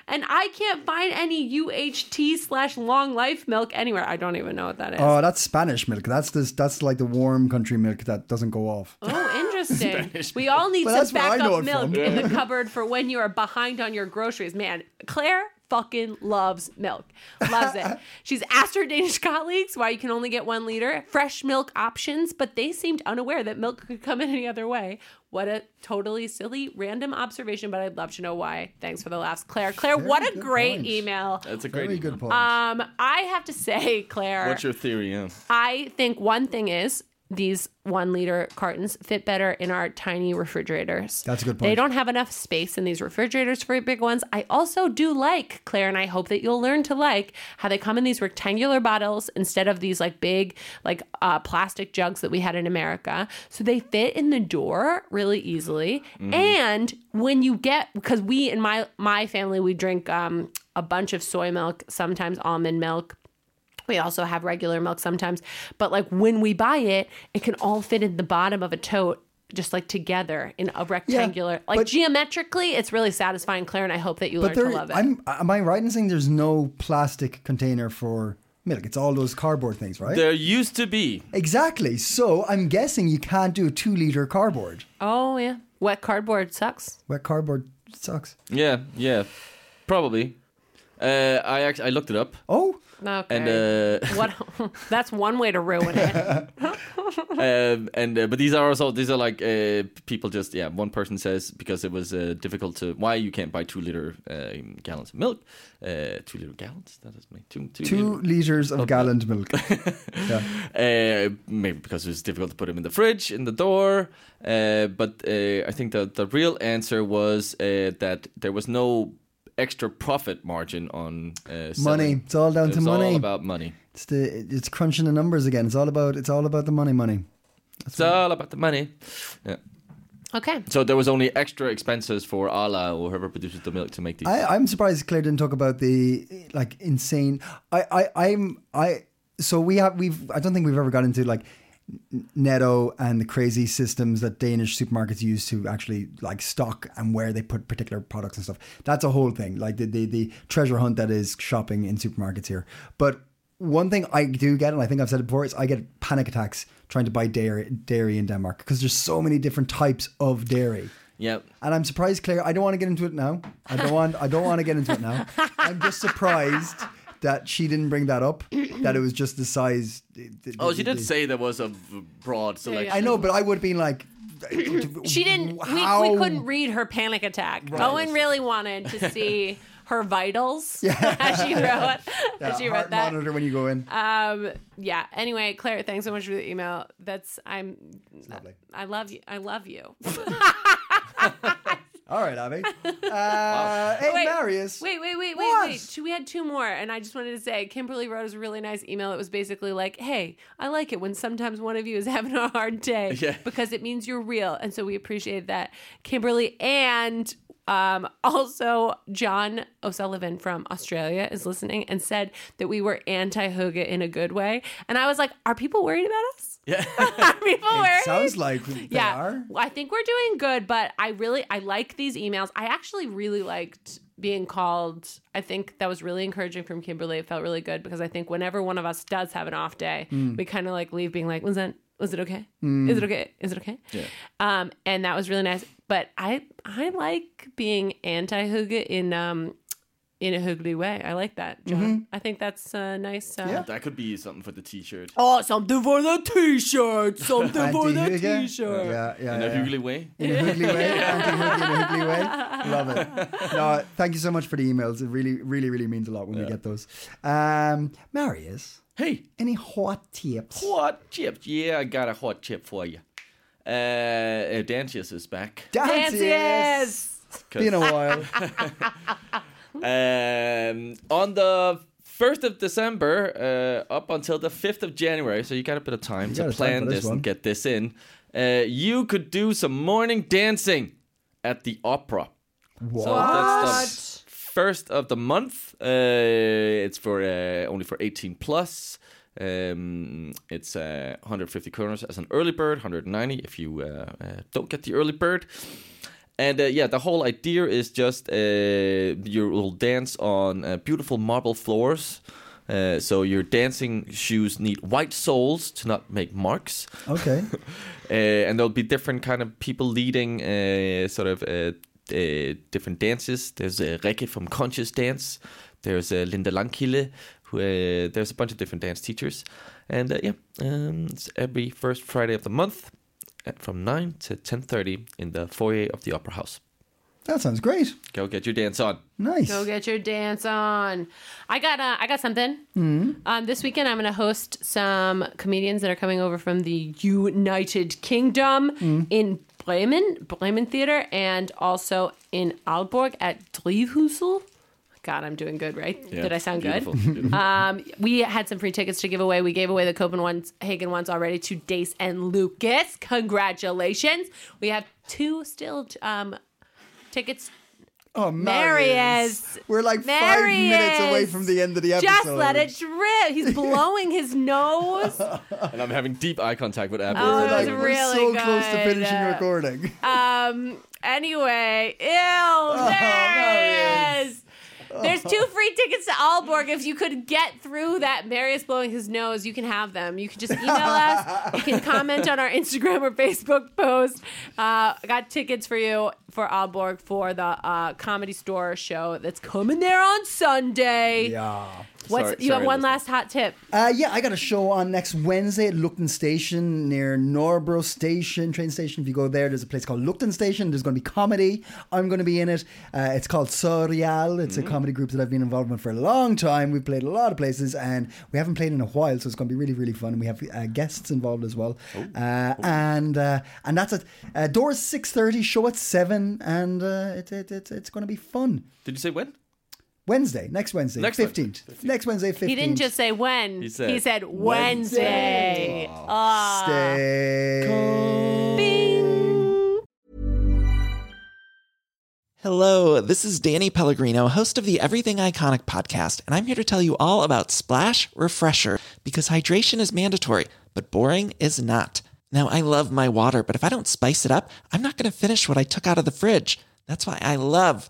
And I can't find any UHT slash long life milk anywhere. I don't even know what that is. Oh, that's Spanish milk. That's this. That's like the warm country milk that doesn't go off. Oh, interesting. we all need Well, some that's where I know backup it milk from. in the cupboard for when you are behind on your groceries. Man, Claire fucking loves milk. Loves it. She's asked her Danish colleagues why you can only get one liter. Fresh milk options, but they seemed unaware that milk could come in any other way. What a totally silly, random observation, but I'd love to know why. Thanks for the laughs, Claire. Claire, Very what a good great point. email. That's a great. Very email. good point. Um, I have to say, Claire. What's your theory? Yeah. I think one thing is these one liter cartons fit better in our tiny refrigerators. That's a good They point. don't have enough space in these refrigerators for big ones. I also do like, Claire, and I hope that you'll learn to like how they come in these rectangular bottles instead of these like big, like uh, plastic jugs that we had in America. So they fit in the door really easily. Mm-hmm. And when you get, because we in my my family we drink um, a bunch of soy milk, sometimes almond milk. We also have regular milk sometimes, but like when we buy it, it can all fit in the bottom of a tote just like together in a rectangular like but- geometrically it's really satisfying claire and i hope that you learn but to there, love it I'm, am I right in saying there's no plastic container for milk? It's all those cardboard things, right? There used to be. exactly. So I'm guessing you can't do a two liter cardboard. oh yeah wet cardboard sucks Wet cardboard sucks. Yeah, yeah, probably. Uh, I actually I looked it up, Oh, okay and uh, what that's one way to ruin it um, and uh, but these are also these are like uh, people just yeah. One person says because it was uh, difficult to why you can't buy two liter uh, gallons of milk, uh, two liter gallons. That is me two two. two liter. liters of galloned milk. Uh, maybe because it was difficult to put them in the fridge, in the door. Uh, but uh, I think that the real answer was uh, that there was no extra profit margin on uh, selling. Money. It's all down It to was money. All about money. It's the it's crunching the numbers again. It's all about it's all about the money, money. It's all about the money. Yeah. okay So there was only extra expenses for Allah or whoever produces the milk to make these. I, I'm surprised Claire didn't talk about the like insane. I, I I'm I so we have we've I don't think we've ever got into like N- Netto and the crazy systems that Danish supermarkets use to actually like stock and where they put particular products and stuff. That's a whole thing, like the the, the treasure hunt that is shopping in supermarkets here. But one thing I do get, and I think I've said it before, is I get panic attacks trying to buy dairy dairy in Denmark because there's so many different types of dairy. yeah. And I'm surprised, Claire. I don't want to get into it now. I don't want. I don't want to get into it now. I'm just surprised that she didn't bring that up. That it was just the size. Oh, she did say there was a v- broad selection. I know, but I would have been like. she didn't we, How? we couldn't read her panic attack owen really wanted to see her vitals as she wrote as she wrote heart that monitor when you go in. Um. Yeah. Anyway, Claire, thanks so much for the email. That's I'm. I love you. I love you. All right, Abby. Uh, Hey, Marius. Wait, wait, wait, wait, What? wait. Two- We had two more, and I just wanted to say Kimberly wrote us a really nice email. that was basically like, "Hey, I like it when sometimes one of you is having a hard day Yeah. because it means you're real, and so we appreciate that, Kimberly." And um, also, John O'Sullivan from Australia is listening and said that we were anti hoga in a good way, and I was like, "Are people worried about us? Yeah, are people worried?" Sounds like they are. Well, I think we're doing good, but I really I like these emails. I actually really liked being called. I think that was really encouraging from Kimberly. It felt really good because I think whenever one of us does have an off day, Mm. we kind of like leave being like, was that was it okay? Is it okay? Is it okay? Yeah. Um, and that was really nice. But I I like being anti hygge in um in a hoogly way. I like that, John. I think that's a nice. Uh, Mm-hmm. Yeah. That could be something for the t-shirt. Oh, something for the T-shirt. Something for the Anti-Hygge. T-shirt. Yeah, yeah. In a yeah. Hughley way. In a Hoogly way, anti-Hoogly in a Hoogly way. Love it. No, thank you so much for the emails. It really, really, really means a lot when we get those. Um, Marius, Hey, any hot tips? hot chip. Yeah, I got a hot chip for you. Uh, uh Dancius is back. Dances. Been a while. Um, on the 1st of December uh, up until the 5th of January, so you got a bit of time got to a time plan for this, this one. and get this in, uh, you could do some morning dancing at the opera. What? So that's the first of the month. Uh, it's for uh, only for 18 plus. Um, it's uh, 150 kroners as an early bird, 190 if you uh, uh, don't get the early bird. And uh, yeah, the whole idea is just uh, you will dance on uh, beautiful marble floors. Uh, so your dancing shoes need white soles to not make marks, Okay. uh, and there'll be different kind of people leading uh, sort of uh, uh, different dances. There's uh, Rikke from Conscious Dance. There's uh, Linda Lankile. Who, uh, there's a bunch of different dance teachers, and uh, yeah, um, it's every first Friday of the month, at from nine to ten thirty in the foyer of the Opera House. That sounds great. Go get your dance on. Nice. Go get your dance on. I got uh, I got something. Um, this weekend I'm going to host some comedians that are coming over from the United Kingdom in Bremen, Bremen Theater, and also in Aalborg at Drivhusel. God, I'm doing good, right? Did I sound Beautiful, good? beautiful. Um, we had some free tickets to give away. We gave away the Copenhagen ones already to Dace and Lucas. Congratulations. We have two still um, tickets. Oh, Marius. We're like five minutes away Marius. from the end of the episode. Just let it drip. He's blowing his nose. and I'm having deep eye contact with Apple. Oh, We're it was like, we're really so close to good. finishing Uh, recording. Um. Anyway, ew. Oh, there it is. There's two free tickets to Aalborg. If you could get through that Marius blowing his nose, you can have them. You can just email us. You can comment on our Instagram or Facebook post. Uh, I got tickets for you for Aalborg for the uh, Comedy Store show that's coming there on Sunday. yeah. What's Sorry- you sorry, have one Elizabeth. last hot tip? Uh, yeah, I got a show on next Wednesday at Lupton Station near Norborough Station, train station. If you go there, there's a place called Lupton Station. There's going to be comedy. I'm going to be in it. Uh, it's called Surreal. Mm. It's a comedy group that I've been involved with for a long time. We've played a lot of places and we haven't played in a while, so it's going to be really, really fun. And we have uh, guests involved as well. Oh, Uh, and uh, and that's it. Uh, doors 6.30, show at 7, and uh, it, it, it, it's going to be fun. Did you say when? Wednesday, next Wednesday, Next 15th. Wednesday, Next Wednesday, 15th. He didn't just say when. He said said, Wednesday. Ah. Stay. Hello, this is Danny Pellegrino, host of the Everything Iconic podcast, and I'm here to tell you all about Splash Refresher because hydration is mandatory, but boring is not. Now, I love my water, but if I don't spice it up, I'm not going to finish what I took out of the fridge. That's why I love